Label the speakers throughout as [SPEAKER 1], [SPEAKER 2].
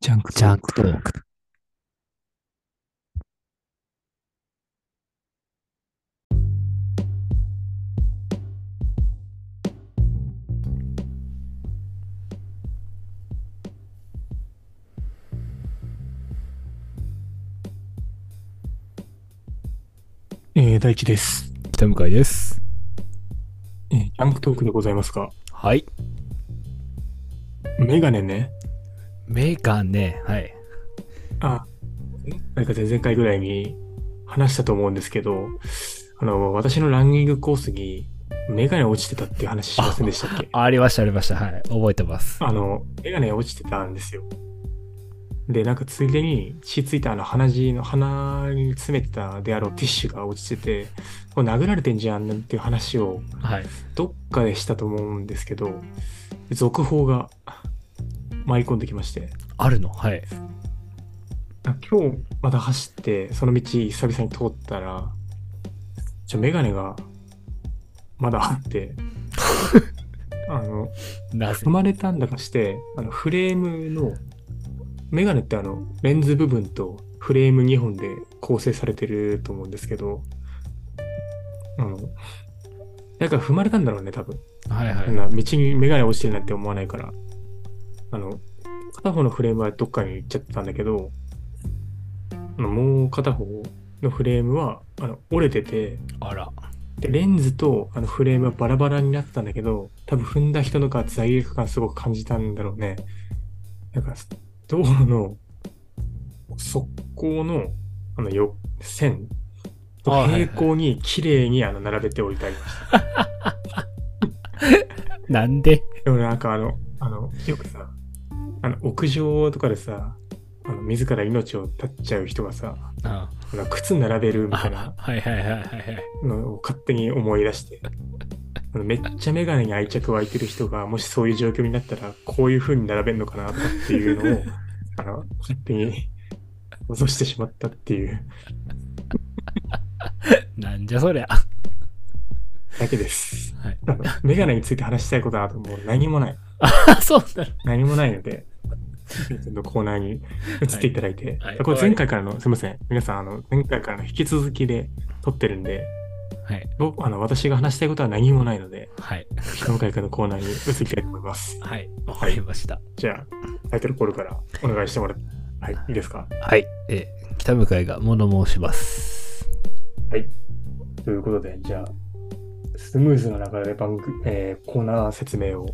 [SPEAKER 1] ジャンク
[SPEAKER 2] ジャンクトーク。
[SPEAKER 1] えー、大地です。
[SPEAKER 2] 北向井です。
[SPEAKER 1] えー、ジャンクトークでございますが、
[SPEAKER 2] はい。
[SPEAKER 1] メガネね、
[SPEAKER 2] メガネ。はい。
[SPEAKER 1] あ、なんか前々回ぐらいに話したと思うんですけど、あの、私のランニングコースにメガネ落ちてたっていう話しませんでしたっけ
[SPEAKER 2] ありました、ありました。はい。覚えてます。
[SPEAKER 1] あの、メガネ落ちてたんですよ。で、なんかついでに血ついたあの鼻血の鼻に詰めてたであろうティッシュが落ちてて、これ殴られてんじゃんなんていう話を
[SPEAKER 2] はい。
[SPEAKER 1] どっかでしたと思うんですけど、続報が舞い込んできまして、
[SPEAKER 2] あるのはい。
[SPEAKER 1] あ今日また走って、その道久々に通ったら、ちょ、メガネがまだあって、あの、
[SPEAKER 2] なぜ
[SPEAKER 1] 生まれたんだかして、あのフレームの、メガネってあの、レンズ部分とフレーム2本で構成されてると思うんですけど、あの、なんか踏まれたんだろうね、多分。
[SPEAKER 2] はいは
[SPEAKER 1] そん
[SPEAKER 2] い。
[SPEAKER 1] な道にメガネ落ちてるなんて思わないから、あの、片方のフレームはどっかに行っちゃってたんだけど、あのもう片方のフレームはあの折れてて、
[SPEAKER 2] あら。
[SPEAKER 1] で、レンズとあのフレームはバラバラになってたんだけど、多分踏んだ人のが罪悪感すごく感じたんだろうね。なんか、道路の側溝のあのよ線と
[SPEAKER 2] あはいはい
[SPEAKER 1] 平行に綺麗にあの並べておいてありました。
[SPEAKER 2] なんで
[SPEAKER 1] でもなんかあの、あの、よくさ、あの、屋上とかでさ、あの自ら命を絶っちゃう人がさ、
[SPEAKER 2] あ
[SPEAKER 1] あの靴並べるみたいな
[SPEAKER 2] はいはいはいはいはい。
[SPEAKER 1] のを勝手に思い出して、あのめっちゃメガネに愛着湧いてる人が、もしそういう状況になったら、こういう風に並べるのかなとかっていうのを、あの、勝手に想像してしまったっていう
[SPEAKER 2] なんじゃそりゃ。
[SPEAKER 1] だけです。
[SPEAKER 2] はい
[SPEAKER 1] あのメガネについて話したいことなどもう何もない。
[SPEAKER 2] あ、そうなの
[SPEAKER 1] 何もないの で、のコーナーに移っていただいて、
[SPEAKER 2] はいはい
[SPEAKER 1] これ前回からの、すみません、皆さん、あの前回からの引き続きで撮ってるんで、
[SPEAKER 2] はい。
[SPEAKER 1] 僕あの私が話したいことは何もないの で、
[SPEAKER 2] はい。
[SPEAKER 1] 今回からのコーナーに移りたいと思います。
[SPEAKER 2] はい。わかりました。
[SPEAKER 1] じゃあ、タイトルコールからお願いしてもらって、はい、いいですか。
[SPEAKER 2] はい。え、北向井が物申します。
[SPEAKER 1] ということで、じゃあ、スムーズな流れで番組、えーコーナー説明を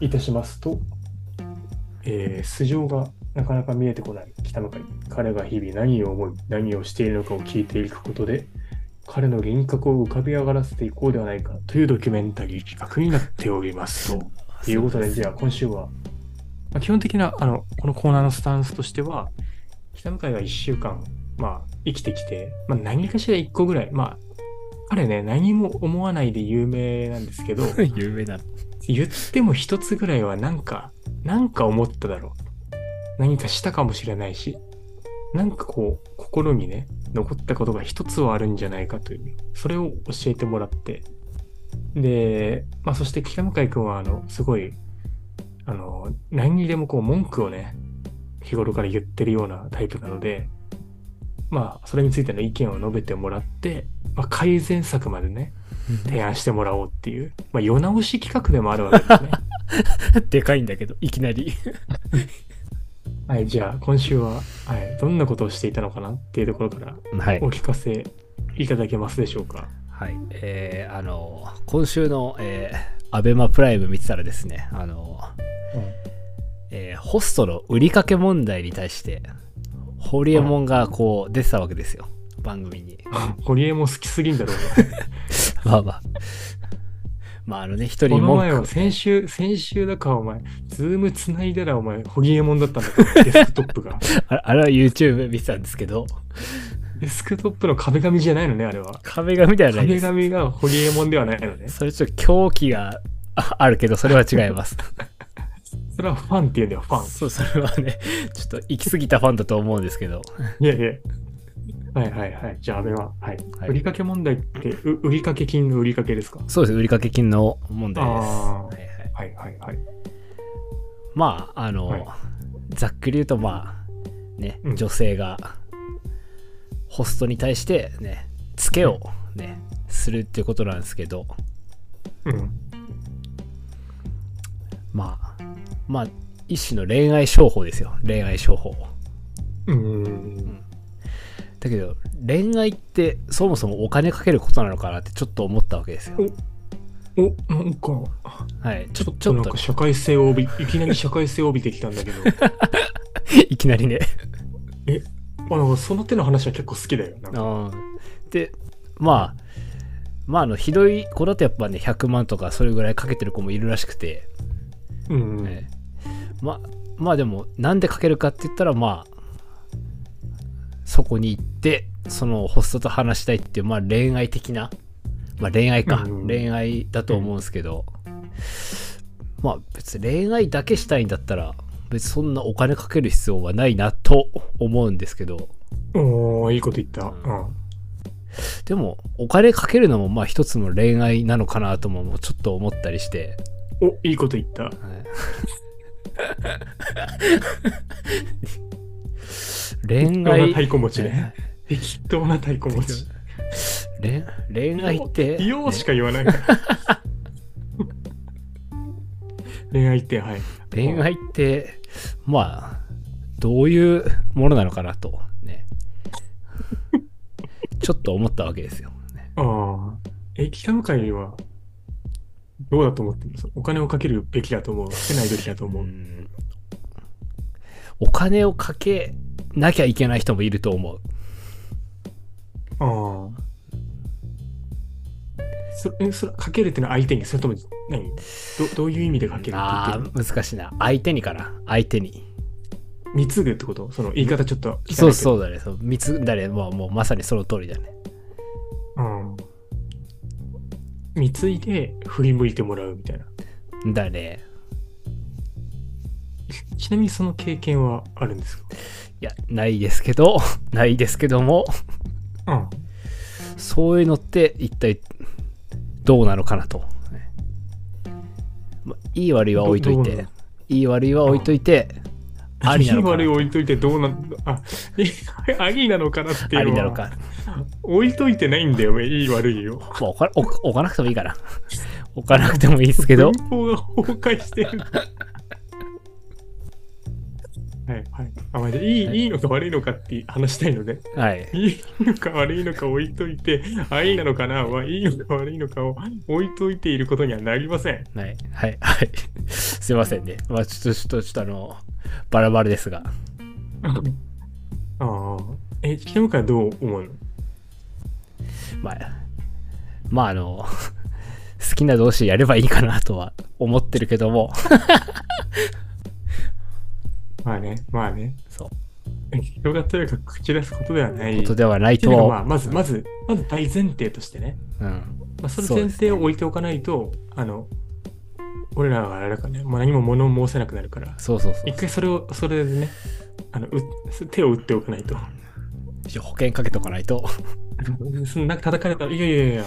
[SPEAKER 1] いたしますと、えー素性がなかなか見えてこない北向かい彼が日々何を思い、何をしているのかを聞いていくことで、彼の輪郭を浮かび上がらせていこうではないかというドキュメンタリー企画になっておりますと。ということで、じゃあ今週は、まあ、基本的なあのこのコーナーのスタンスとしては、北向井が1週間、まあ、生きてきて、まあ、何かしら1個ぐらい、まあ、彼ね、何も思わないで有名なんです けど、
[SPEAKER 2] 有名なの。
[SPEAKER 1] 言っても一つぐらいはなんか、なんか思っただろう。何かしたかもしれないし、なんかこう、心にね、残ったことが一つはあるんじゃないかという、それを教えてもらって、で、まあそして北向井くんは、あの、すごい、あの、何にでもこう、文句をね、日頃から言ってるようなタイプなので、まあ、それについての意見を述べてもらって、まあ、改善策までね、提案してもらおうっていう、まあ、世直し企画でもあるわけです ね。
[SPEAKER 2] でかいんだけど、いきなり。
[SPEAKER 1] はい、じゃあ今週は、はい、どんなことをしていたのかなっていうところから
[SPEAKER 2] はい
[SPEAKER 1] お。聞かせいただけますでしょうか。
[SPEAKER 2] はい、えーあの今週の、えー、アベマプライム見てたらですねあの、えーホストの売りかけ問題に対してホリエモンがこう出てたわけですよ番 組に
[SPEAKER 1] ホリエモン好きすぎんだろうな。
[SPEAKER 2] まあまあまああのね
[SPEAKER 1] こ
[SPEAKER 2] 一人
[SPEAKER 1] の
[SPEAKER 2] 文
[SPEAKER 1] 前は
[SPEAKER 2] 句
[SPEAKER 1] 先週、先週だからお前、ズーム繋いだらお前、ホリエモンだったんだから、 デスクトップが。
[SPEAKER 2] あれあれは YouTube 見てたんですけど
[SPEAKER 1] デスクトップの壁紙じゃないのね、あれは。
[SPEAKER 2] 壁紙ではない
[SPEAKER 1] 壁
[SPEAKER 2] です
[SPEAKER 1] 紙がホリエモンではないのね。
[SPEAKER 2] それちょっと狂気がああるけどそれは違います
[SPEAKER 1] それはファンっていうんだよ、 ファン。
[SPEAKER 2] そうそれはねちょっと行き過ぎたファンだと思うんですけど
[SPEAKER 1] いやいや。はいはいはい。じゃあ、安倍は。はい。
[SPEAKER 2] はい
[SPEAKER 1] 売りかけ問題って、う売りかけ金の売りかけですか
[SPEAKER 2] そうです売りかけ金の問題で
[SPEAKER 1] あ
[SPEAKER 2] す
[SPEAKER 1] ー
[SPEAKER 2] はいはい
[SPEAKER 1] はいはいはい。
[SPEAKER 2] まああの、
[SPEAKER 1] はい
[SPEAKER 2] ざっくり言うとまあね
[SPEAKER 1] うん
[SPEAKER 2] 女性がホストに対してねツケをねするっていうことなんですけど
[SPEAKER 1] うん。
[SPEAKER 2] まあまあ一種の恋愛商法ですよ恋愛商法
[SPEAKER 1] うん。
[SPEAKER 2] だけど恋愛ってそもそもお金かけることなのかなってちょっと思ったわけですよ
[SPEAKER 1] お、なんか、
[SPEAKER 2] はいち
[SPEAKER 1] ちょ
[SPEAKER 2] ょっ
[SPEAKER 1] っ
[SPEAKER 2] ちょ
[SPEAKER 1] と
[SPEAKER 2] っ
[SPEAKER 1] なん
[SPEAKER 2] と
[SPEAKER 1] か社会性を帯び、いきなり社会性を帯びてきたんだ けど、
[SPEAKER 2] いきなりね
[SPEAKER 1] まあなんかその手の話は結構好きだよ。なんか
[SPEAKER 2] うんでまあまああのひどい子だとやっぱね100万とかそれぐらいかけてる子もいるらしくて、
[SPEAKER 1] うん。
[SPEAKER 2] ええままあでもなんでかけるかって言ったらまあそこに行ってそのホストと話したいっていうまあ恋愛的なまあ恋愛か、
[SPEAKER 1] うん
[SPEAKER 2] 恋愛だと思うんですけど、まあ別に恋愛だけしたいんだったら別にそんなお金かける必要はないなと思うんですけど
[SPEAKER 1] おー、いいこと言った。うん。
[SPEAKER 2] でもお金かけるのもまあ一つの恋愛なのかなとももうちょっと思ったりして、
[SPEAKER 1] お、いいこと言った。
[SPEAKER 2] はい
[SPEAKER 1] 適当な
[SPEAKER 2] 恋
[SPEAKER 1] 太
[SPEAKER 2] 愛
[SPEAKER 1] 鼓持ちね。適当な太鼓持ち。
[SPEAKER 2] 恋恋愛って
[SPEAKER 1] 美容しか言わないから。 恋愛って、はい。
[SPEAKER 2] 恋愛ってまあどういうものなのかなとね ちょっと思ったわけですよ、ね
[SPEAKER 1] ああ。え、北向井は、どうだと思ってるのそのお金をかけるべきだと思う。かけないべきだと
[SPEAKER 2] う
[SPEAKER 1] 思う。
[SPEAKER 2] んお金をかけなきゃいけない人もいると思う
[SPEAKER 1] ああ。そえそれかけるってのは相手にそれとも何どどういう意味でかけるって言って
[SPEAKER 2] あ
[SPEAKER 1] る
[SPEAKER 2] ー難しいな相手にかな相手に
[SPEAKER 1] の貢ぐってことその言い方ちょっと聞かないけど
[SPEAKER 2] そうそうだねそう三つだねまあもうまさにその通りだね
[SPEAKER 1] うん。貢いで振り向いてもらうみたいな。
[SPEAKER 2] だね
[SPEAKER 1] ちなみにその経験はあるんですか
[SPEAKER 2] いやないですけど ないですけども
[SPEAKER 1] うん。
[SPEAKER 2] そういうのって一体どうなのかなと、ねまあ、いい悪いは置いとい
[SPEAKER 1] どどうな
[SPEAKER 2] て
[SPEAKER 1] の
[SPEAKER 2] いい悪いは置いといて、ありなのか
[SPEAKER 1] 悪い
[SPEAKER 2] な
[SPEAKER 1] 置いといてどうなんあ、え ありなのかなっていうのは
[SPEAKER 2] ありなのか、
[SPEAKER 1] 置いといてないんだよ、いい悪いよ。
[SPEAKER 2] まあ、置か置置かなくてもいいかな 置かなくてもいいですけど
[SPEAKER 1] 文法が崩壊してる。はいはい。あ、まあ、でいい、
[SPEAKER 2] はい
[SPEAKER 1] い、いのか悪いのかって話したいので、
[SPEAKER 2] はい
[SPEAKER 1] いいのか悪いのか置いといて、あ、いいなのかなはいいのか悪いのかを 置いといていることにはなりません。
[SPEAKER 2] はい、はい、はい。 すいませんね。まあ、ちょっと、ちょっと、ちょっとあの、バラバラですが。
[SPEAKER 1] ああ。え、北向かはどう思うの
[SPEAKER 2] まあ、まあ、あの、 好きな同士やればいいかなとは思ってるけども、
[SPEAKER 1] まあね、まあね。
[SPEAKER 2] そう、
[SPEAKER 1] 広がったよりか口出すことではない。
[SPEAKER 2] ことではない
[SPEAKER 1] って
[SPEAKER 2] と
[SPEAKER 1] いうのがま
[SPEAKER 2] は、
[SPEAKER 1] あ、まず、まず、まず大前提としてね。
[SPEAKER 2] うん、
[SPEAKER 1] まあ、その前提を置いておかないと、あの、俺らはあれだからね、もう何も物を申せなくなるから、
[SPEAKER 2] そうそうそう
[SPEAKER 1] 一。回それを、それでね、あのう手を打っておかないと。
[SPEAKER 2] 一応保険かけとかないと。
[SPEAKER 1] そのなんか叩かれたら、いやいやいやいや、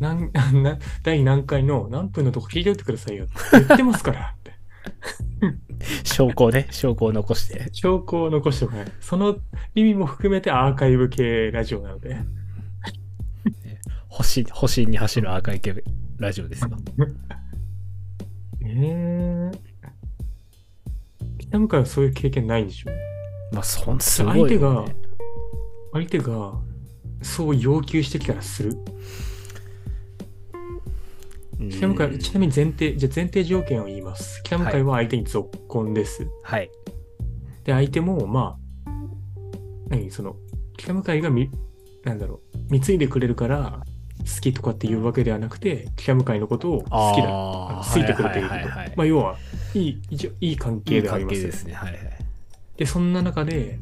[SPEAKER 1] なん な第何回の何分のとこ聞いておいてくださいよって言ってますからって。
[SPEAKER 2] 証拠をね、 証拠を残して。
[SPEAKER 1] 証拠を残しておかない。その意味も含めてアーカイブ系ラジオなので。
[SPEAKER 2] 星、星に走る赤池ラジオですよ。
[SPEAKER 1] えー、北向かはそういう経験ないんでしょ
[SPEAKER 2] まあ、そん、すごいよ、ね。
[SPEAKER 1] 相手がそう要求してきたらする。
[SPEAKER 2] うん
[SPEAKER 1] 北向かいちなみに前提、じゃあ前提条件を言います。北向かいは相手に続婚です。
[SPEAKER 2] はい。
[SPEAKER 1] で、相手も、まあ、何、その、北向かいがみ、なんだろう、貢いでくれるから、好きとかっていうわけではなくて、北向かいのことを好きだ、あの
[SPEAKER 2] あー
[SPEAKER 1] 好いてくれているこ
[SPEAKER 2] はい
[SPEAKER 1] と
[SPEAKER 2] はいはいはい。
[SPEAKER 1] まあ、要は、いい、一応いい関
[SPEAKER 2] い
[SPEAKER 1] 係
[SPEAKER 2] い
[SPEAKER 1] ではあり
[SPEAKER 2] 関
[SPEAKER 1] ます
[SPEAKER 2] 係
[SPEAKER 1] よ
[SPEAKER 2] ですね。はいはい。
[SPEAKER 1] で、そんな中で、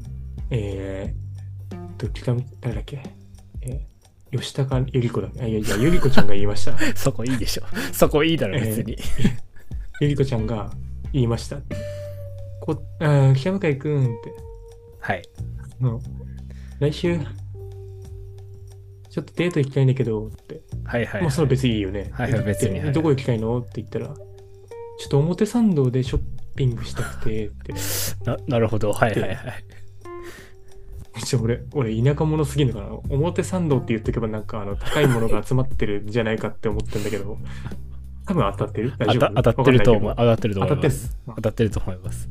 [SPEAKER 1] えー、えっと、北向誰だっけ、えー、吉高由里子だっけあ、いやいや、由里子ちゃんが言いました。
[SPEAKER 2] そこいいでしょ。そこいいだろ、別に。
[SPEAKER 1] ゆりこちゃんが言いました。こあー北向井くんって、
[SPEAKER 2] はい。
[SPEAKER 1] あの来週、ちょっとデート行きたいんだけどって、
[SPEAKER 2] はいはい、
[SPEAKER 1] まあ
[SPEAKER 2] はい
[SPEAKER 1] そ。れは別にいいよね。
[SPEAKER 2] はいはい別に
[SPEAKER 1] で
[SPEAKER 2] はい
[SPEAKER 1] どこ行きたいのって言ったら、ちょっと表参道でショッピングしたくてって。
[SPEAKER 2] ななるほどはいはいはい
[SPEAKER 1] ちょ俺、俺、田舎者すぎるのかな。表参道って言っとけば、なんか、あの、高いものが集まってるんじゃないかって思ってんだけど、多分当たってる大
[SPEAKER 2] あ
[SPEAKER 1] 丈
[SPEAKER 2] た
[SPEAKER 1] 夫
[SPEAKER 2] 当たってると思う
[SPEAKER 1] わ
[SPEAKER 2] 当たってると
[SPEAKER 1] かん
[SPEAKER 2] 思
[SPEAKER 1] ないいけど当たって
[SPEAKER 2] ま
[SPEAKER 1] る
[SPEAKER 2] す
[SPEAKER 1] す。
[SPEAKER 2] 当たってると思います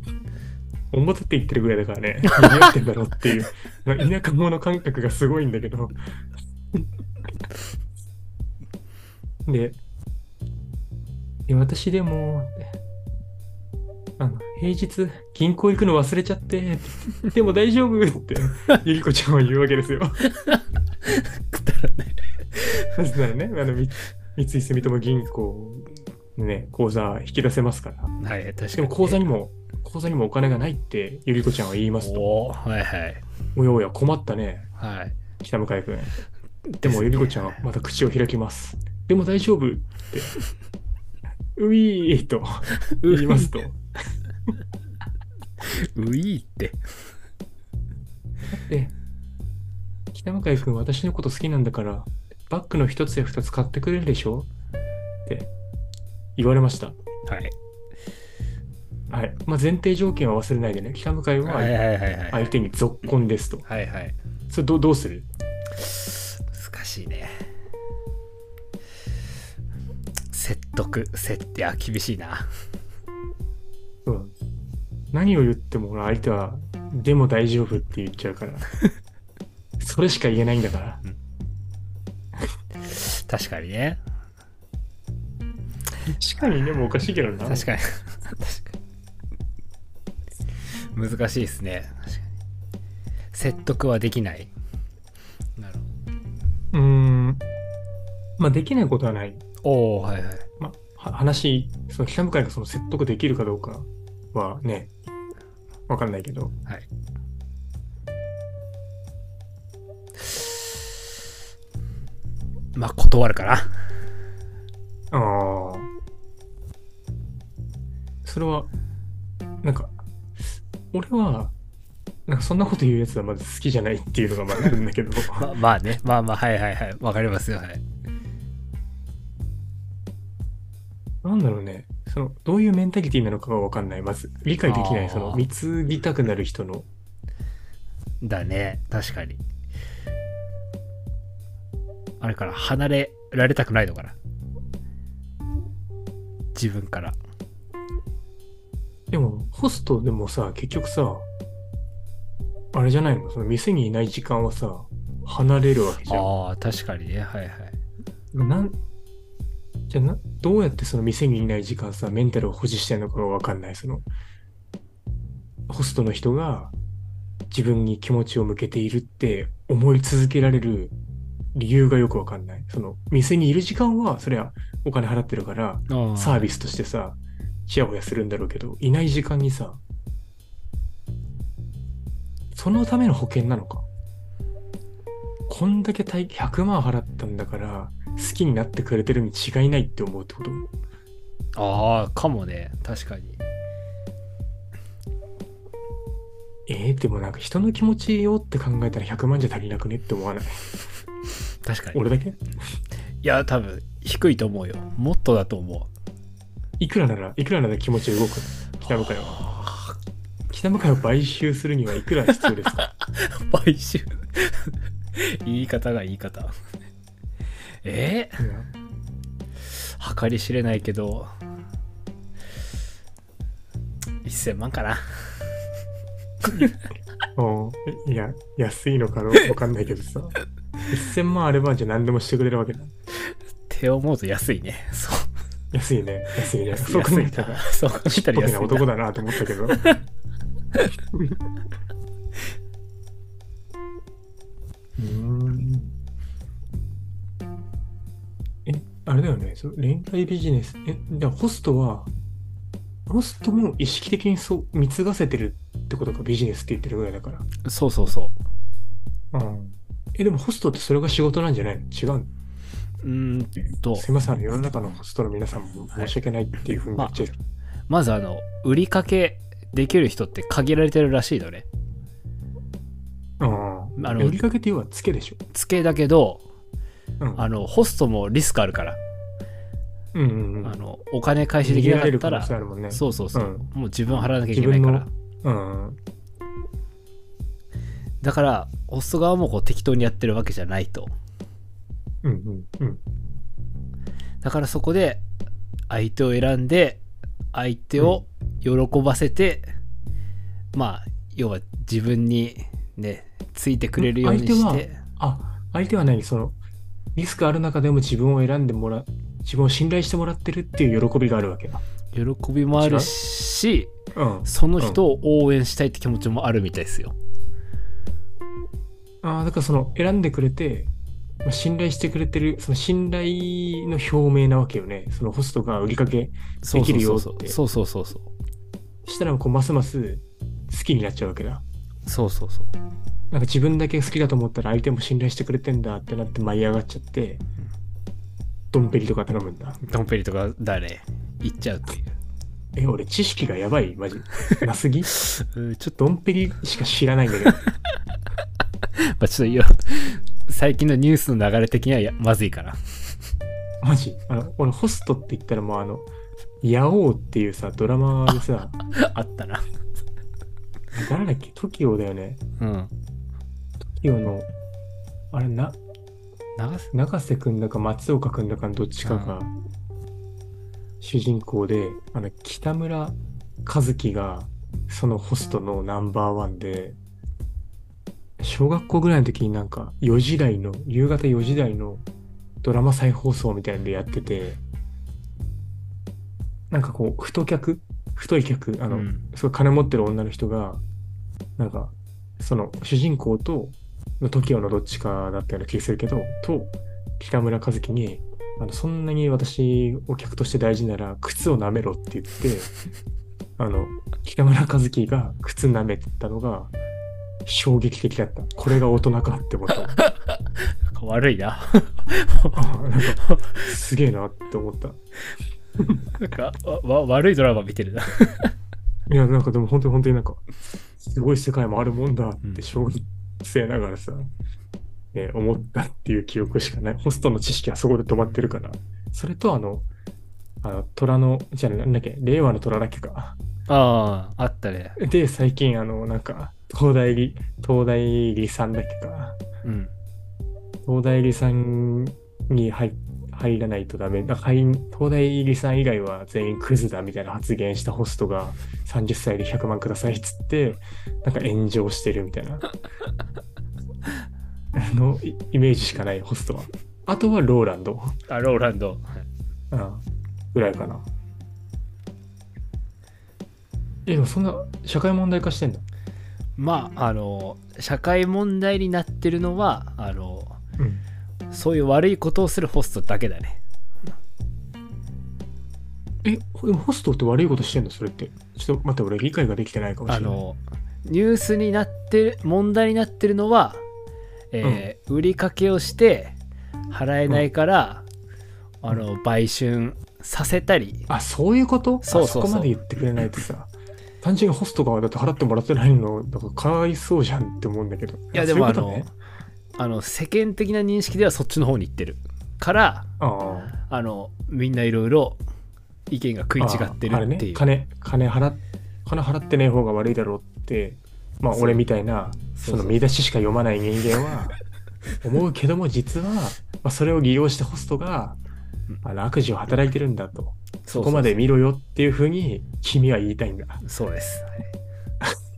[SPEAKER 1] 表って言ってるぐらいだからね、何やってんだろうっていう、なんか田舎者感覚がすごいんだけど。で、え私でも、あの、平日、銀行行くの忘れちゃって、でも大丈夫って、ゆりこちゃんは言うわけですよ。
[SPEAKER 2] くだらない
[SPEAKER 1] なぜならね、あのみ三井住友銀行ね、口座引き出せますから。
[SPEAKER 2] はい確かに
[SPEAKER 1] しかも口座にも、口座にもお金がないってゆりこちゃんは言いますと、
[SPEAKER 2] おおはいはい
[SPEAKER 1] おやおや困ったね、
[SPEAKER 2] はい
[SPEAKER 1] 北向井君。でもゆりこちゃんはまた口を開きます。でも大丈夫って、ういーと言い ますと、
[SPEAKER 2] ウィーって
[SPEAKER 1] で、北向井君私のこと好きなんだから、バッグの一つや二つ買ってくれるでしょって言われました。
[SPEAKER 2] はい
[SPEAKER 1] はい。まあ、前提条件は忘れないでね。北向井は
[SPEAKER 2] はいはいはいはい
[SPEAKER 1] 相手に続婚ですと。
[SPEAKER 2] はいはい
[SPEAKER 1] それどうどうする
[SPEAKER 2] 難しいね説得説いや厳しいな
[SPEAKER 1] うん。何を言っても相手は、でも大丈夫って言っちゃうから。 それしか言えないんだから。
[SPEAKER 2] 確かにね
[SPEAKER 1] 確かにね、もうおかしいけどな。
[SPEAKER 2] 確かに確かに難しいですね確かに説得はできないなる
[SPEAKER 1] うーん。まあ、できないことはない。
[SPEAKER 2] ほどおおはいはい
[SPEAKER 1] まあ、は話、その北向井がその説得できるかどうかはね、わかんないけど。
[SPEAKER 2] はいまあ断るかな
[SPEAKER 1] ああ。それは、なんか、俺は、なんかそんなこと言うやつはまず好きじゃないっていうのがまああるんだけ ど、
[SPEAKER 2] ま まあねまあまあはいはいはいわかりますよはい
[SPEAKER 1] なんだろうね、その、どういうメンタリティなのかがわかんない。まず、理解できな
[SPEAKER 2] あー
[SPEAKER 1] い、その、貢ぎたくなる人の、
[SPEAKER 2] だね確かにあれから離れられたくないのかな自分から
[SPEAKER 1] でも、ホストでもさ、結局さ、あれじゃないの、その、店にいない時間はさ、離れるわけじゃん。
[SPEAKER 2] ああ確かにねはいはい
[SPEAKER 1] なんじゃあなどうやってその店にいない時間さメンタルを保持してるのかが分かんないそのホストの人が自分に気持ちを向けているって思い続けられる理由がよく分かんないその店にいる時間はそりゃお金払ってるから
[SPEAKER 2] あ
[SPEAKER 1] サービスとしてさちやほやするんだろうけどいない時間にさそのための保険なのかこんだけ大100万払ったんだから好きになってくれてるに違いないって思うってこと
[SPEAKER 2] あーかもね確かに
[SPEAKER 1] えー、でもなんか人の気持ちをって考えたら100万じゃ足りなくねって思わない
[SPEAKER 2] 確かに
[SPEAKER 1] 俺だけ
[SPEAKER 2] いや多分低いと思うよもっとだと思
[SPEAKER 1] いくらならいくらなら気持ち動くの北向井は北向井を買収するにはいくら必要ですか
[SPEAKER 2] う買収 言い方が言い方え
[SPEAKER 1] いや
[SPEAKER 2] ー、計り知れないけど1000万かな
[SPEAKER 1] おいや、安いのかどうかわかんないけどさ。1000万あればじゃ何でもしてくれるわけだ。
[SPEAKER 2] って思うと安いね。そう。
[SPEAKER 1] 安いね、安いね。
[SPEAKER 2] 安い
[SPEAKER 1] そう考えた
[SPEAKER 2] 安い
[SPEAKER 1] ら
[SPEAKER 2] な、そう考えたら
[SPEAKER 1] 僕
[SPEAKER 2] 安い
[SPEAKER 1] な
[SPEAKER 2] な。
[SPEAKER 1] 男だなと思ったけど。 うんえ、あれだよね、その連帯ビジネス。え、じゃあホストは、ホストも意識的にそう貢がせてるってことか、ビジネスって言ってるぐらいだから。
[SPEAKER 2] そうそうそ
[SPEAKER 1] うんえ、でもホストってそれが仕事なんじゃないの違う
[SPEAKER 2] う。うーんと
[SPEAKER 1] の、すいません、あの世の中のホストの皆さんも申し訳ないっていうふうに言っちゃう。
[SPEAKER 2] まずあの、売りかけできる人って限られてるらしいのね。
[SPEAKER 1] うん
[SPEAKER 2] あの
[SPEAKER 1] 売りかけっていうのはつけでしょ。
[SPEAKER 2] つけだけど、
[SPEAKER 1] うん、
[SPEAKER 2] あの、ホストもリスクあるから。
[SPEAKER 1] うんうんうん。
[SPEAKER 2] あのお金回収で
[SPEAKER 1] 逃
[SPEAKER 2] き
[SPEAKER 1] げ
[SPEAKER 2] な
[SPEAKER 1] ら
[SPEAKER 2] か
[SPEAKER 1] れ
[SPEAKER 2] っ
[SPEAKER 1] る
[SPEAKER 2] た
[SPEAKER 1] 可能
[SPEAKER 2] ら、
[SPEAKER 1] 性あるもんね。
[SPEAKER 2] そうそうそう、
[SPEAKER 1] うん
[SPEAKER 2] もう自分払わなきゃいけないから
[SPEAKER 1] 自うん。うん。
[SPEAKER 2] だからホスト側もこう適当にやってるわけじゃないと
[SPEAKER 1] うんうん。
[SPEAKER 2] だからそこで相手を選んで相手を喜ばせて、まあ要は自分にねついてくれるように
[SPEAKER 1] 相
[SPEAKER 2] し
[SPEAKER 1] 手
[SPEAKER 2] て
[SPEAKER 1] あ、相手は何その、リスクある中でも自分を選んでもら、自分を信頼してもらってるっていう喜びがあるわけだ。
[SPEAKER 2] 喜びもあるし
[SPEAKER 1] うん。
[SPEAKER 2] その人を応援したいって気持ちもあるみたいですよ、
[SPEAKER 1] ああ、だからその、選んでくれて、まあ信頼してくれてる、その信頼の表明なわけよね。そのホストが売りかけ
[SPEAKER 2] そうそうそうそ
[SPEAKER 1] でき
[SPEAKER 2] う
[SPEAKER 1] るよって
[SPEAKER 2] そうそうそうそう
[SPEAKER 1] したら、こう、ますます好きになっちゃうわけだ。
[SPEAKER 2] そうそうそう
[SPEAKER 1] なんか自分だけ好きだと思ったら相手も信頼してくれてんだってなって舞い上がっちゃって、ドンペリとか頼むんだ。
[SPEAKER 2] ドンペリとか誰行っちゃうっていう
[SPEAKER 1] え、俺知識がやばいマジ。なすぎ
[SPEAKER 2] うんちょっと、
[SPEAKER 1] ドンペリしか知らないんだけど。
[SPEAKER 2] まあ、ちょっとよ最近のニュースの流れ的にはやまずいかな
[SPEAKER 1] マジあの、俺ホストって言ったらもうあの、ヤオウっていうさ、ドラマにさ、
[SPEAKER 2] あったな
[SPEAKER 1] 誰だっけ ?TOKIO だよね。
[SPEAKER 2] うん
[SPEAKER 1] TOKIO の、あれな、
[SPEAKER 2] 長瀬
[SPEAKER 1] 永瀬くんだか松岡くんだかのどっちかが、主人公で、あの、北村和樹が、そのホストのナンバーワンで、小学校ぐらいの時になんか、4時台の、夕方4時台のドラマ再放送みたいなんでやってて、なんかこう、太客太い客あ
[SPEAKER 2] あ
[SPEAKER 1] の、
[SPEAKER 2] うん
[SPEAKER 1] すごい金持ってる女の人が、なんか、その主人公と、の TOKIO のどっちかだったような気がするけど、と、北村和樹に、あの、そんなに私を客として大事なら、靴を舐めろって言って、あの、北村和樹が靴舐めてたのが、衝撃的だった。これが大人かって思った。
[SPEAKER 2] なんか悪いな
[SPEAKER 1] あなんか、すげえなって思った。
[SPEAKER 2] なんかわわ悪いドラマ見てるない
[SPEAKER 1] や、なんかでも本当に本当になんか、すごい世界もあるもんだって小学生ながらさ、えー思ったっていう記憶しかない。ホストの知識はそこで止まってるから。それとあの、あの、虎の、じゃあなんだっけ、令和の虎だっけか。
[SPEAKER 2] あああったね
[SPEAKER 1] で、最近あの、なんか、東大理、東大理さんだっけか。
[SPEAKER 2] うん
[SPEAKER 1] 東大理さんに入入らないとダメだ入ん東大理さん以外は全員クズだみたいな発言したホストが30歳で100万くださいっつってなんか炎上してるみたいな あのイイメージしかないホストはあとはローランド、
[SPEAKER 2] あローランド
[SPEAKER 1] うん、ぐらいかなえでもそんな社会問題化してんだ
[SPEAKER 2] まああの社会問題になってるのはあの
[SPEAKER 1] うん
[SPEAKER 2] そういう悪いことをするホストだけだね
[SPEAKER 1] えでもホストって悪いことしてんのそれってちょっと待って俺理解ができてないかもし
[SPEAKER 2] あ
[SPEAKER 1] れない
[SPEAKER 2] のニュースになって問題になってるのは、えー売りかけをして払えないから、あの売春させたり
[SPEAKER 1] あ、そういうこと
[SPEAKER 2] そうそうそう
[SPEAKER 1] あそこまで言ってくれないとさ、単純にホストがだって払ってもらってないの、だからかわいそうじゃんって思うんだけど。
[SPEAKER 2] いやでもあ
[SPEAKER 1] そうい
[SPEAKER 2] の
[SPEAKER 1] うこ
[SPEAKER 2] あの世間的な認識ではそっちの方に行ってるから
[SPEAKER 1] とね、あ
[SPEAKER 2] あのみんないろいろ意見が食い違
[SPEAKER 1] あ
[SPEAKER 2] って
[SPEAKER 1] あれ
[SPEAKER 2] る
[SPEAKER 1] ね
[SPEAKER 2] っていう
[SPEAKER 1] 金、金払っ、金払ってない方が悪いだろうって、まあ
[SPEAKER 2] そう
[SPEAKER 1] 俺みたいな、
[SPEAKER 2] そ
[SPEAKER 1] そう
[SPEAKER 2] そう
[SPEAKER 1] の見出ししか読まない人間 は、思うけども実は、まあ、それを利用してホストが、あの悪事を働いてるんだと。
[SPEAKER 2] そ
[SPEAKER 1] そうこ
[SPEAKER 2] そう
[SPEAKER 1] まで見ろよっていうふうに君は言いたいんだ。
[SPEAKER 2] そうです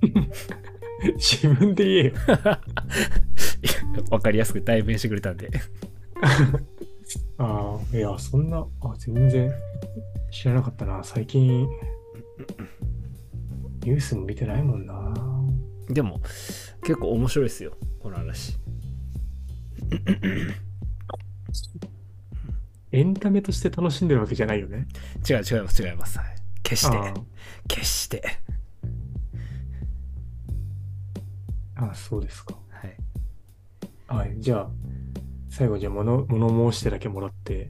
[SPEAKER 2] はい
[SPEAKER 1] 自分で言えよ。
[SPEAKER 2] わかりやすく代弁してくれたんで
[SPEAKER 1] ああ、いや、そんな、あ、全然知らなかったな。最近、ニュースも見てないもんな。
[SPEAKER 2] でも結構面白いですよこの話
[SPEAKER 1] エンタメとして楽しんでるわけじゃないよね。
[SPEAKER 2] 違う違います違いますはい決して
[SPEAKER 1] あ
[SPEAKER 2] 決して
[SPEAKER 1] ああ、そうですか。
[SPEAKER 2] は
[SPEAKER 1] は
[SPEAKER 2] い
[SPEAKER 1] い、じゃあ、最後、じゃあ物、物申してだけもらって、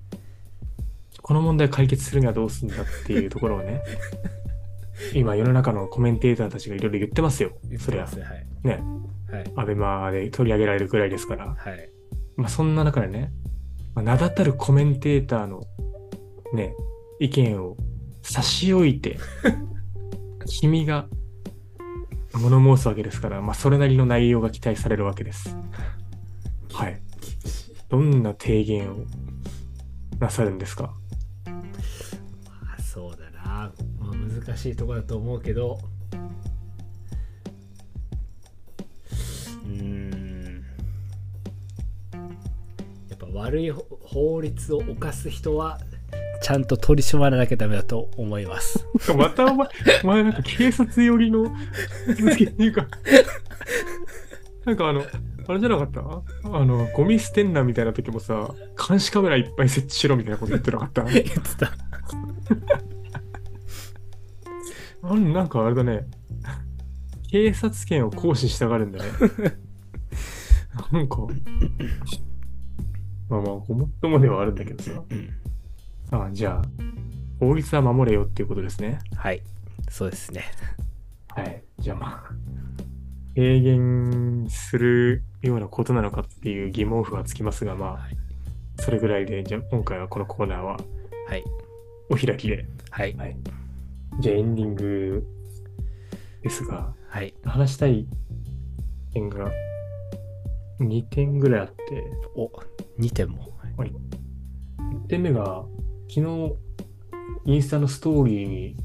[SPEAKER 1] この問題解決するにはどうすんだっていうところを ね、今、世の中のコメンテーターたちがいろいろ言ってますよ。そりゃ、
[SPEAKER 2] そうですはい
[SPEAKER 1] ね、
[SPEAKER 2] はい
[SPEAKER 1] アベマで取り上げられるくらいですから。
[SPEAKER 2] はい
[SPEAKER 1] まあ、そんな中でね、まあ名だたるコメンテーターのね、意見を差し置いて、君が物申すわけですから、まあ、それなりの内容が期待されるわけです。はい。どんな提言をなさるんですか
[SPEAKER 2] まあそうだな、まあ、難しいとこだと思うけどうーんやっぱ悪い法律を犯す人はちゃんと取り締まらなきゃダメだと思い ます
[SPEAKER 1] またお前、お前なんか警察寄りの続きっていうか、なんかあの、あれじゃなかったあの、ゴミ捨てんなみたいな時もさ、監視カメラいっぱい設置しろみたいなこと言ってなかった
[SPEAKER 2] 言ってた
[SPEAKER 1] あなんかあれだね。警察権を行使したがるんだね。なんか、まあまあ、ごもっともではあるんだけどさ。あじゃあ、法律は守れよっていうことですね。
[SPEAKER 2] はいそうですね
[SPEAKER 1] はい。じゃあまあ、軽減するようなことなのかっていう疑問符はつきますが、ま
[SPEAKER 2] はい
[SPEAKER 1] あ、それぐらいで、じゃあ今回はこのコーナーは
[SPEAKER 2] はい
[SPEAKER 1] お開きで。
[SPEAKER 2] はい
[SPEAKER 1] はい。じゃあエンディングですが、
[SPEAKER 2] はい
[SPEAKER 1] 話したい点が2点ぐらいあって、
[SPEAKER 2] お2点も
[SPEAKER 1] 1点目が昨日インスタのストーリーに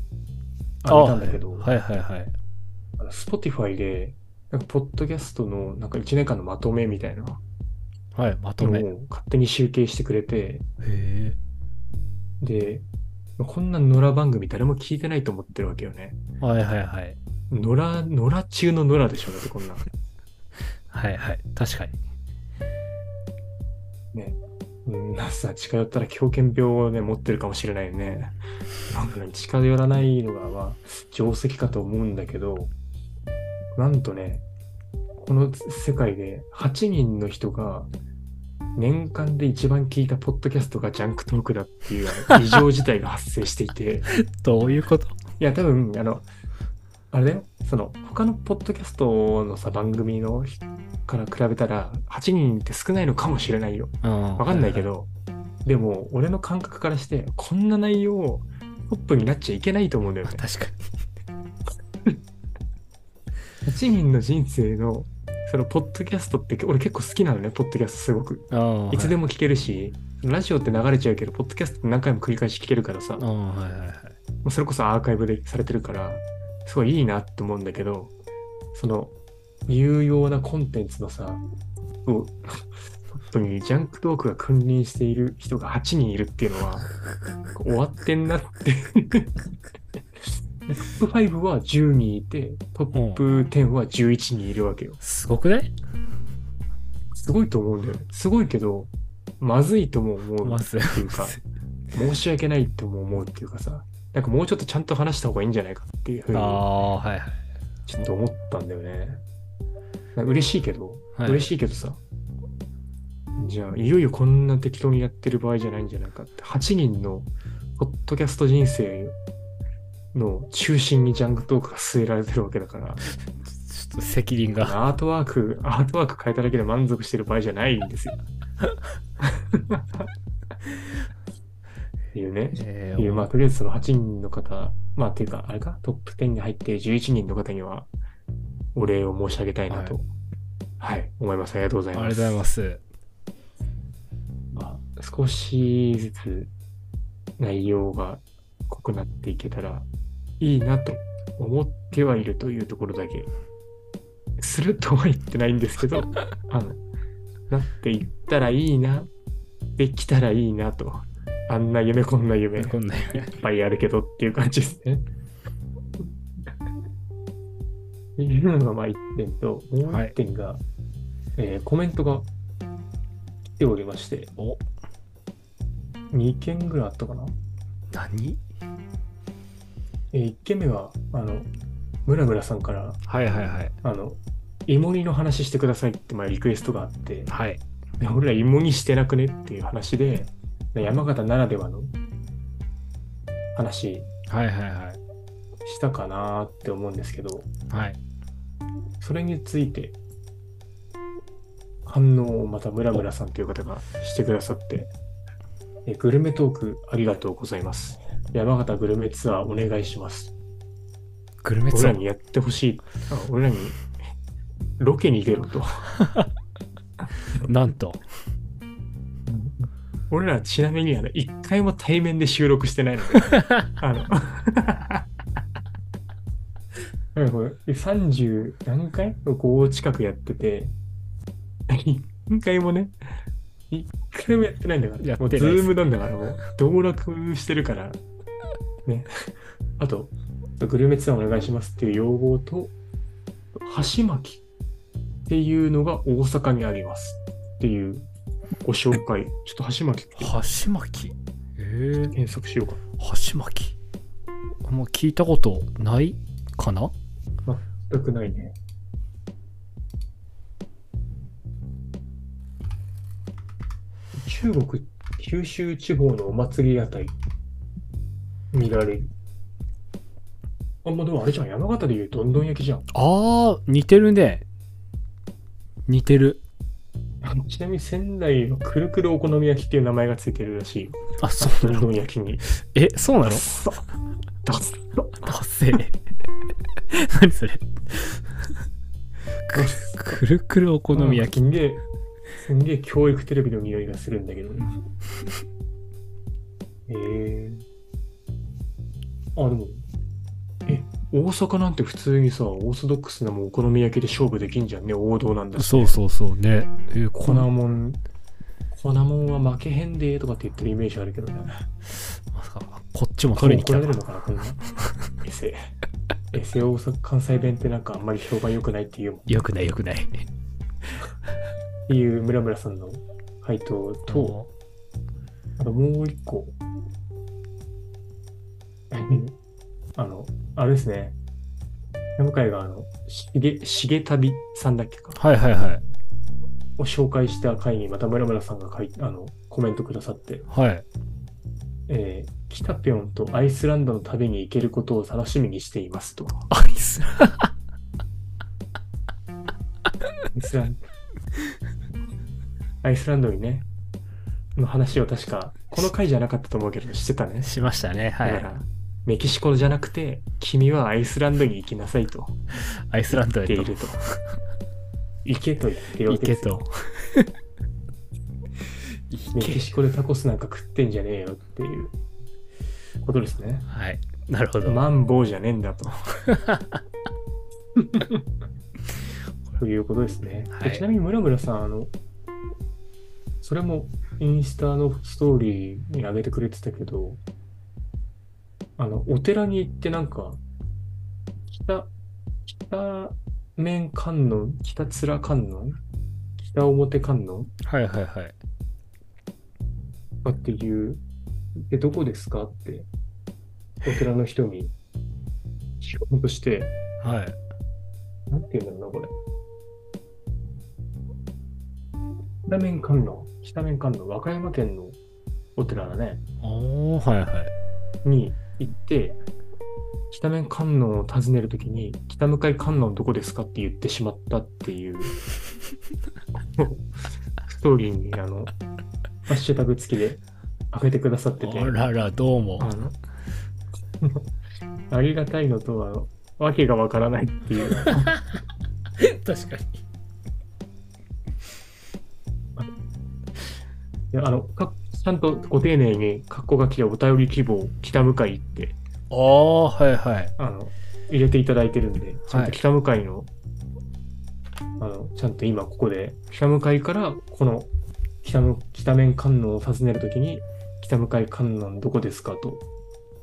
[SPEAKER 1] あげたんだけど、
[SPEAKER 2] はいはいはい
[SPEAKER 1] あの Spotify でなんかポッドキャストのなんか1年間のまとめみたいな
[SPEAKER 2] はいまと
[SPEAKER 1] の
[SPEAKER 2] めへ
[SPEAKER 1] を勝手に集計してくれて、
[SPEAKER 2] え
[SPEAKER 1] で、こんな野良番組誰も聞いてないと思ってるわけよね。
[SPEAKER 2] はいはいはい
[SPEAKER 1] 野良、野良中の野良でしょ、だってこんな。
[SPEAKER 2] はいはい確かに
[SPEAKER 1] うん、さ、近寄ったら狂犬病をね、持ってるかもしれないよね。なんかね近寄らないのが、まあ、定石かと思うんだけど、なんとね、この世界で8人の人が、年間で一番聞いたポッドキャストがジャンクトークだっていうあの異常事態が発生していて、
[SPEAKER 2] どういうこと
[SPEAKER 1] いや、多分、あの、あれだよ、その、他のポッドキャストのさ、番組のひから比べたら、8人って少ないのかもしれないよ。わ
[SPEAKER 2] わ
[SPEAKER 1] かんないけど、でも、俺の感覚からして、こんな内容をトップになっちゃいけないと思うんだよね
[SPEAKER 2] 確。かに
[SPEAKER 1] 8人の人生の、その、ポッドキャストって、俺結構好きなのね、ポッドキャストすごく。
[SPEAKER 2] ああ
[SPEAKER 1] いつでも聞けるし、ラジオって流れちゃうけど、ポッドキャストって何回も繰り返し聞けるからさ、
[SPEAKER 2] ああはいはいはい
[SPEAKER 1] まあそれこそアーカイブでされてるから、すごいいいなって思うんだけど、その、有用なコンテンツのさ、をトップにジャンクトークが君臨している人が8人いるっていうのは、終わってんなって。 トップ5は10人いて、トップ10は11人いるわけよ。
[SPEAKER 2] すごくない
[SPEAKER 1] すごいと思うんだよね。すごいけど、まずいとも思う。
[SPEAKER 2] まず
[SPEAKER 1] っていうか申し訳ないとも思うっていうかさ、なんかもうちょっとちゃんと話した方がいいんじゃないかっていうふう
[SPEAKER 2] あ
[SPEAKER 1] に
[SPEAKER 2] あはいは
[SPEAKER 1] ちょっと思ったんだよね。なんか嬉しいけど、
[SPEAKER 2] はい
[SPEAKER 1] 嬉しいけどさ、じゃあ、いよいよこんな適当にやってる場合じゃないんじゃないかって、8人のポッドキャスト人生の中心にジャンクトークが据えられてるわけだから、
[SPEAKER 2] いちょっと責任が
[SPEAKER 1] アートワーク、アートワーク変えただけで満足してる場合じゃないんですよ。っていうね。
[SPEAKER 2] え
[SPEAKER 1] っ
[SPEAKER 2] ー
[SPEAKER 1] ていう、まあ、とりあえずその8人の方、まあ、っていうか、あれか、トップ10に入って11人の方には、お礼を申し上げたいなと、はい、思います。ありがとうござ
[SPEAKER 2] あ
[SPEAKER 1] い
[SPEAKER 2] りがと
[SPEAKER 1] ま
[SPEAKER 2] うご
[SPEAKER 1] す。
[SPEAKER 2] ざいます
[SPEAKER 1] まあ、少しずつ内容が濃くなっていけたらいいなと思ってはいるというところだけ、するとは言ってないんです けど、あの、なっていったらいいな、できたらいいなと、あんな夢こんな夢。
[SPEAKER 2] こんない
[SPEAKER 1] っぱいあるけどっていう感じですね。っていうのがまあ1点と、もう
[SPEAKER 2] はい
[SPEAKER 1] 1点が、えーコメントが来ておりまして、
[SPEAKER 2] お
[SPEAKER 1] 2件ぐらいあったかな。
[SPEAKER 2] 何
[SPEAKER 1] え1件目は、あの、ムラムラさんから、
[SPEAKER 2] はいはいはい
[SPEAKER 1] あの、芋煮の話してくださいってまあリクエストがあって、
[SPEAKER 2] はい
[SPEAKER 1] で俺ら芋煮してなくねっていう話で、で山形ならではの話
[SPEAKER 2] はいはいはい
[SPEAKER 1] したかなって思うんですけど、
[SPEAKER 2] はい
[SPEAKER 1] それについて反応をまたムラムラさんという方がしてくださってえグルメトークありがとうございます。山形グルメツアーお願いします。
[SPEAKER 2] グルメ
[SPEAKER 1] 俺
[SPEAKER 2] ツア
[SPEAKER 1] ら
[SPEAKER 2] ー
[SPEAKER 1] にやってほしい。あ俺らにロケに出ろと。
[SPEAKER 2] なんと
[SPEAKER 1] 俺らちなみにあの一回も対面で収録してないの で、あの なんかこれ30何回 ?5 近くやってて、一回もね、一回もやってないんだから、
[SPEAKER 2] やっ
[SPEAKER 1] もう
[SPEAKER 2] て
[SPEAKER 1] ズ
[SPEAKER 2] ないです
[SPEAKER 1] ームなんだから、もう道楽してるから、ね。あと、グルメツアーお願いしますっていう要望と、箸巻きっていうのが大阪にありますっていうご紹介。ちょっと箸巻きって
[SPEAKER 2] 箸巻きえー、
[SPEAKER 1] 検索しようか
[SPEAKER 2] 箸巻きあんま聞いたことないかな
[SPEAKER 1] な。全くないね。中国、九州地方のお祭り屋台、見られる。あ、まあ、でもあれじゃん。山形でいうどんどん焼きじゃん。
[SPEAKER 2] あー似てるね似てる
[SPEAKER 1] あのちなみに仙台はくるくるお好み焼きっていう名前がついてるらしいよ。
[SPEAKER 2] あそ
[SPEAKER 1] ど
[SPEAKER 2] うなんの
[SPEAKER 1] どん焼きに。
[SPEAKER 2] えそうな
[SPEAKER 1] ダ
[SPEAKER 2] の
[SPEAKER 1] ッサダッサ
[SPEAKER 2] ダセえ 何それくるくるお好み焼
[SPEAKER 1] き。
[SPEAKER 2] き
[SPEAKER 1] すんげえ、すんげえ教育テレビの匂いがするんだけど。えー。あ、でも、え、大阪なんて普通にさ、オーソドックスなもうお好み焼きで勝負できんじゃんね、王道なんだし。
[SPEAKER 2] そうそうそうねえー
[SPEAKER 1] 粉
[SPEAKER 2] この
[SPEAKER 1] もん、粉もんは負けへんでーとかって言ってるイメージあるけどね。
[SPEAKER 2] まさかこっちも取りに来
[SPEAKER 1] 怒
[SPEAKER 2] た
[SPEAKER 1] ら
[SPEAKER 2] な
[SPEAKER 1] れるのかな、こんな。エセ。エセ大阪関西弁ってなんかあんまり評判良くないっていうもん。
[SPEAKER 2] よくないよくない
[SPEAKER 1] っていう村村さんの回答と、あともう一個。あの、あれですね。山海があの、しげ、しげたびさんだっけか。
[SPEAKER 2] はいはいはい
[SPEAKER 1] を紹介した回にまた村村さんが書いあの、コメントくださって、
[SPEAKER 2] はい
[SPEAKER 1] えー、キタピョンとアイスランドの旅に行けることを楽しみにしていますと。ア
[SPEAKER 2] アイスラン
[SPEAKER 1] イスランド。アイスランドにね、の話を確か、この回じゃなかったと思うけど、してたね
[SPEAKER 2] ド。しましたねは
[SPEAKER 1] だか
[SPEAKER 2] い
[SPEAKER 1] ら、メキシコじゃなくて、君はアイスランドに行きなさいと。
[SPEAKER 2] アイスランドへ
[SPEAKER 1] 言って
[SPEAKER 2] と
[SPEAKER 1] いると。行けと言ってるわ
[SPEAKER 2] 行
[SPEAKER 1] けで
[SPEAKER 2] け
[SPEAKER 1] すよ。
[SPEAKER 2] と
[SPEAKER 1] メキシコでタコスなんか食ってんじゃねえよっていうことですね。
[SPEAKER 2] はいなるほど、
[SPEAKER 1] マンボウじゃねえん だと。ということですね。で
[SPEAKER 2] はい
[SPEAKER 1] ちなみに村村さん、あの、それもインスタのストーリーに上げてくれてたけど、あの、お寺に行ってなんか、北、北面観音、北面観音、北表観音
[SPEAKER 2] はいはいはい
[SPEAKER 1] あっていう、え、どこですかって、お寺の人に聞こうとして、
[SPEAKER 2] はい
[SPEAKER 1] なんていうんだろうな、これ。北面観音、北面観音、和歌山県のお寺だね、
[SPEAKER 2] おーはいはい
[SPEAKER 1] に行って、北面観音を訪ねるときに、北向かい観音どこですかって言ってしまったって いう、ストーリーに、あの、ハッシュタグ付きで上げてくださってて。
[SPEAKER 2] あららどうも
[SPEAKER 1] あの、 ありがたいのと、あの、わけがわからないっていう、
[SPEAKER 2] 確かに
[SPEAKER 1] いやあの、かちゃんとご丁寧に、格好がきでお便り希望、北向井って、
[SPEAKER 2] ああはいはい
[SPEAKER 1] あの、入れていただいてるんで、ちゃんと北向井の、あの、ちゃんと今ここで、北向井から、この、北む北面観音を訪ねるときに、北向井観音どこですかと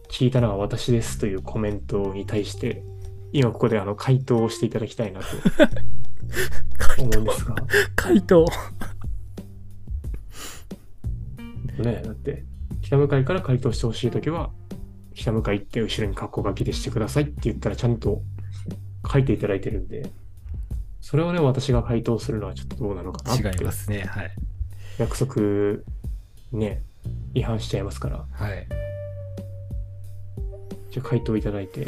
[SPEAKER 1] 聞いたのは私ですというコメントに対して、今ここであの回答をしていただきたいなと思
[SPEAKER 2] 回
[SPEAKER 1] うんで
[SPEAKER 2] 答
[SPEAKER 1] すが。
[SPEAKER 2] 回答
[SPEAKER 1] ねだって北向かいから回答してほしいときは北向かいって後ろに括弧書きでしてくださいって言ったらちゃんと書いていただいてるんでそれをね私が回答するのはちょっとどうなのかなって
[SPEAKER 2] 違いますねはい
[SPEAKER 1] 約束ね違反しちゃいますから
[SPEAKER 2] はい
[SPEAKER 1] じゃあ回答いただいて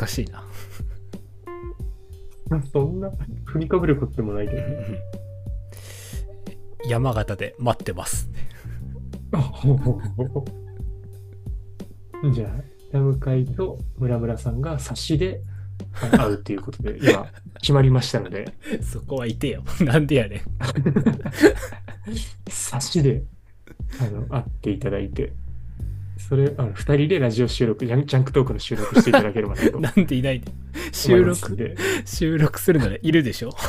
[SPEAKER 2] 難しいな
[SPEAKER 1] そんな振りかぶることでもないけどね
[SPEAKER 2] うん山形で待ってます。
[SPEAKER 1] じゃあ、ラム会と村村さんが差しであの会うということで、今、決まりましたので、
[SPEAKER 2] そこはいてよ。 なんでやねん。
[SPEAKER 1] 差しであの会っていただいて、それ、あの2人でラジオ収録、ジャンジャンクトークの収録していただければなと思いま
[SPEAKER 2] なんでいないねん収
[SPEAKER 1] すん
[SPEAKER 2] 録、
[SPEAKER 1] で、
[SPEAKER 2] 収録するならいるでしょ。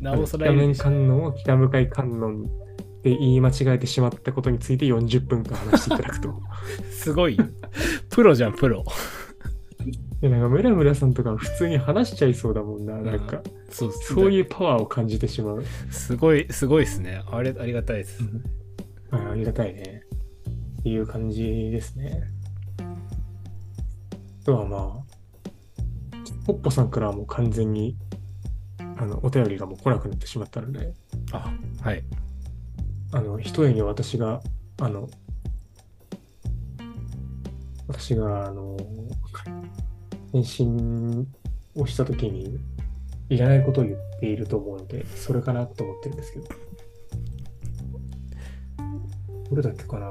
[SPEAKER 2] なおさら
[SPEAKER 1] あ
[SPEAKER 2] い
[SPEAKER 1] の北面
[SPEAKER 2] るでしょ。
[SPEAKER 1] 観音を北向かい観音で言い間違えてしまったことについて40分間話していただくと。
[SPEAKER 2] すごいよ。プロじゃん、プロ。
[SPEAKER 1] いやなんかムラムラさんとか普通に話しちゃいそうだもんな、なんか、
[SPEAKER 2] そう。
[SPEAKER 1] そういううパワーを感じてしまう。
[SPEAKER 2] すごい、すごいですね。あれ、ありがたいです。
[SPEAKER 1] はいありがたいね。っていう感じですね。あとはまあ、ポッポさんからはもう完全に、あの、お便りがもう来なくなってしまったので、
[SPEAKER 2] あ、はい。
[SPEAKER 1] あの、ひとえに私が、あの、私が、あの、返信をしたときに、いらないことを言っていると思うので、それかなと思ってるんですけど。どれだっけかな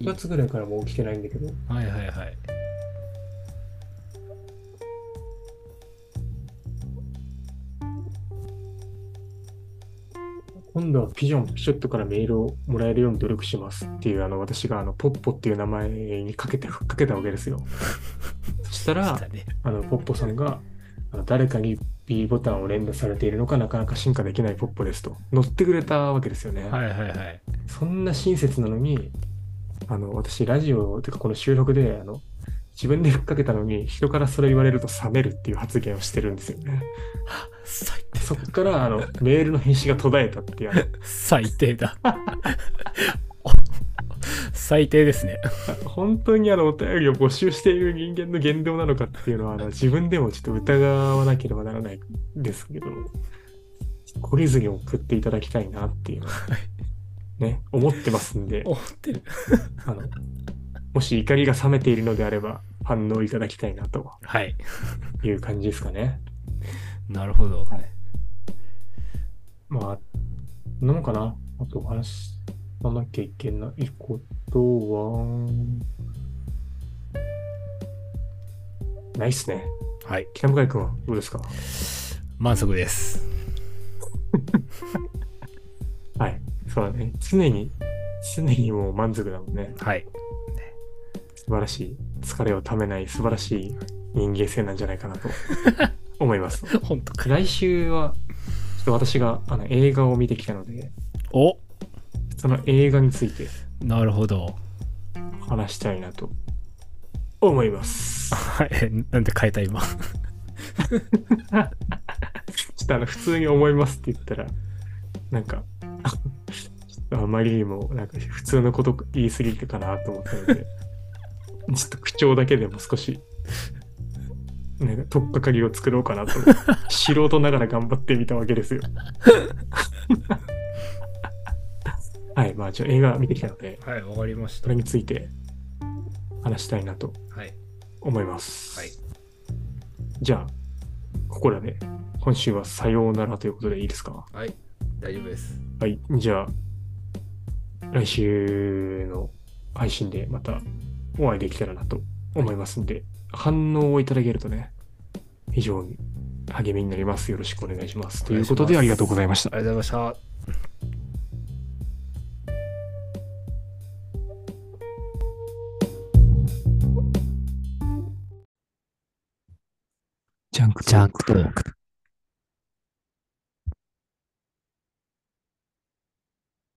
[SPEAKER 1] ?2 月ぐらいからもう聞けないんだけど、
[SPEAKER 2] はいはいはい。
[SPEAKER 1] 今度はピジョンピショットからメールをもらえるように努力しますっていう、あの、私が、あの、ポッポっていう名前にかけて、かけたわけですよ。そしたら
[SPEAKER 2] 来、たね
[SPEAKER 1] あのポッポさんがあの誰かに B ボタンを連打されているのかなかなか進化できないポッポですと乗ってくれたわけですよね、
[SPEAKER 2] はいはいはい。
[SPEAKER 1] そんな親切なのにあの私ラジオてかこの収録であの自分で吹っかけたのに人からそれ言われると冷めるっていう発言をしてるんですよね
[SPEAKER 2] 最低
[SPEAKER 1] でそこからあのメールの返信が途絶えたっていうあの
[SPEAKER 2] 最低 だ最低ですね
[SPEAKER 1] 本当にあのお便りを募集している人間の言動なのかっていうのは あの自分でもちょっと疑わなければならないですけど懲りずに送っていただきたいなっていうのはね思ってますんで
[SPEAKER 2] 思ってる
[SPEAKER 1] あのもし怒りが冷めているのであれば反応いただきたいなと
[SPEAKER 2] はい
[SPEAKER 1] いう感じですかね
[SPEAKER 2] なるほど、
[SPEAKER 1] はいまあそんなのかなあとお話しさなきゃいけないことはないっすね
[SPEAKER 2] はい、
[SPEAKER 1] 北向井君はどうですか
[SPEAKER 2] 満足です
[SPEAKER 1] はい。そうだね。常に、常にもう満足だもんね。
[SPEAKER 2] はい
[SPEAKER 1] 素晴らしい。疲れをためない素晴らしい人間性なんじゃないかなと思います。
[SPEAKER 2] 本当か
[SPEAKER 1] 来週は、ちょっと私があの映画を見てきたので、
[SPEAKER 2] お
[SPEAKER 1] その映画について
[SPEAKER 2] なるほど
[SPEAKER 1] 話したいなと思います。
[SPEAKER 2] え なんで変えた今
[SPEAKER 1] ちょっとあの、普通に思いますって言ったら、なんか、ちょっとあまりにも、なんか普通のこと言いすぎるかなと思ったので、ちょっと口調だけでも少し、なんか、取っかかりを作ろうかなと、素人ながら頑張ってみたわけですよ。 はい、まあ、ちょ、映画見てきたので、
[SPEAKER 2] はいわかりまし
[SPEAKER 1] それについて話したいなと
[SPEAKER 2] はい
[SPEAKER 1] 思います。
[SPEAKER 2] はい。
[SPEAKER 1] じゃあ、ここらで、今週はさようならということでいいですか
[SPEAKER 2] はい大丈夫です
[SPEAKER 1] はい、じゃあ、来週の配信でまたお会いできたらなと思いますんで、反応をいただけるとね、非常に励みになります。よろしくお願いします。
[SPEAKER 2] お
[SPEAKER 1] と
[SPEAKER 2] 願
[SPEAKER 1] い
[SPEAKER 2] いうします
[SPEAKER 1] ことで、ありがとうございました
[SPEAKER 2] あ。りがとうございました
[SPEAKER 1] ジャンク
[SPEAKER 2] ジャンクトーク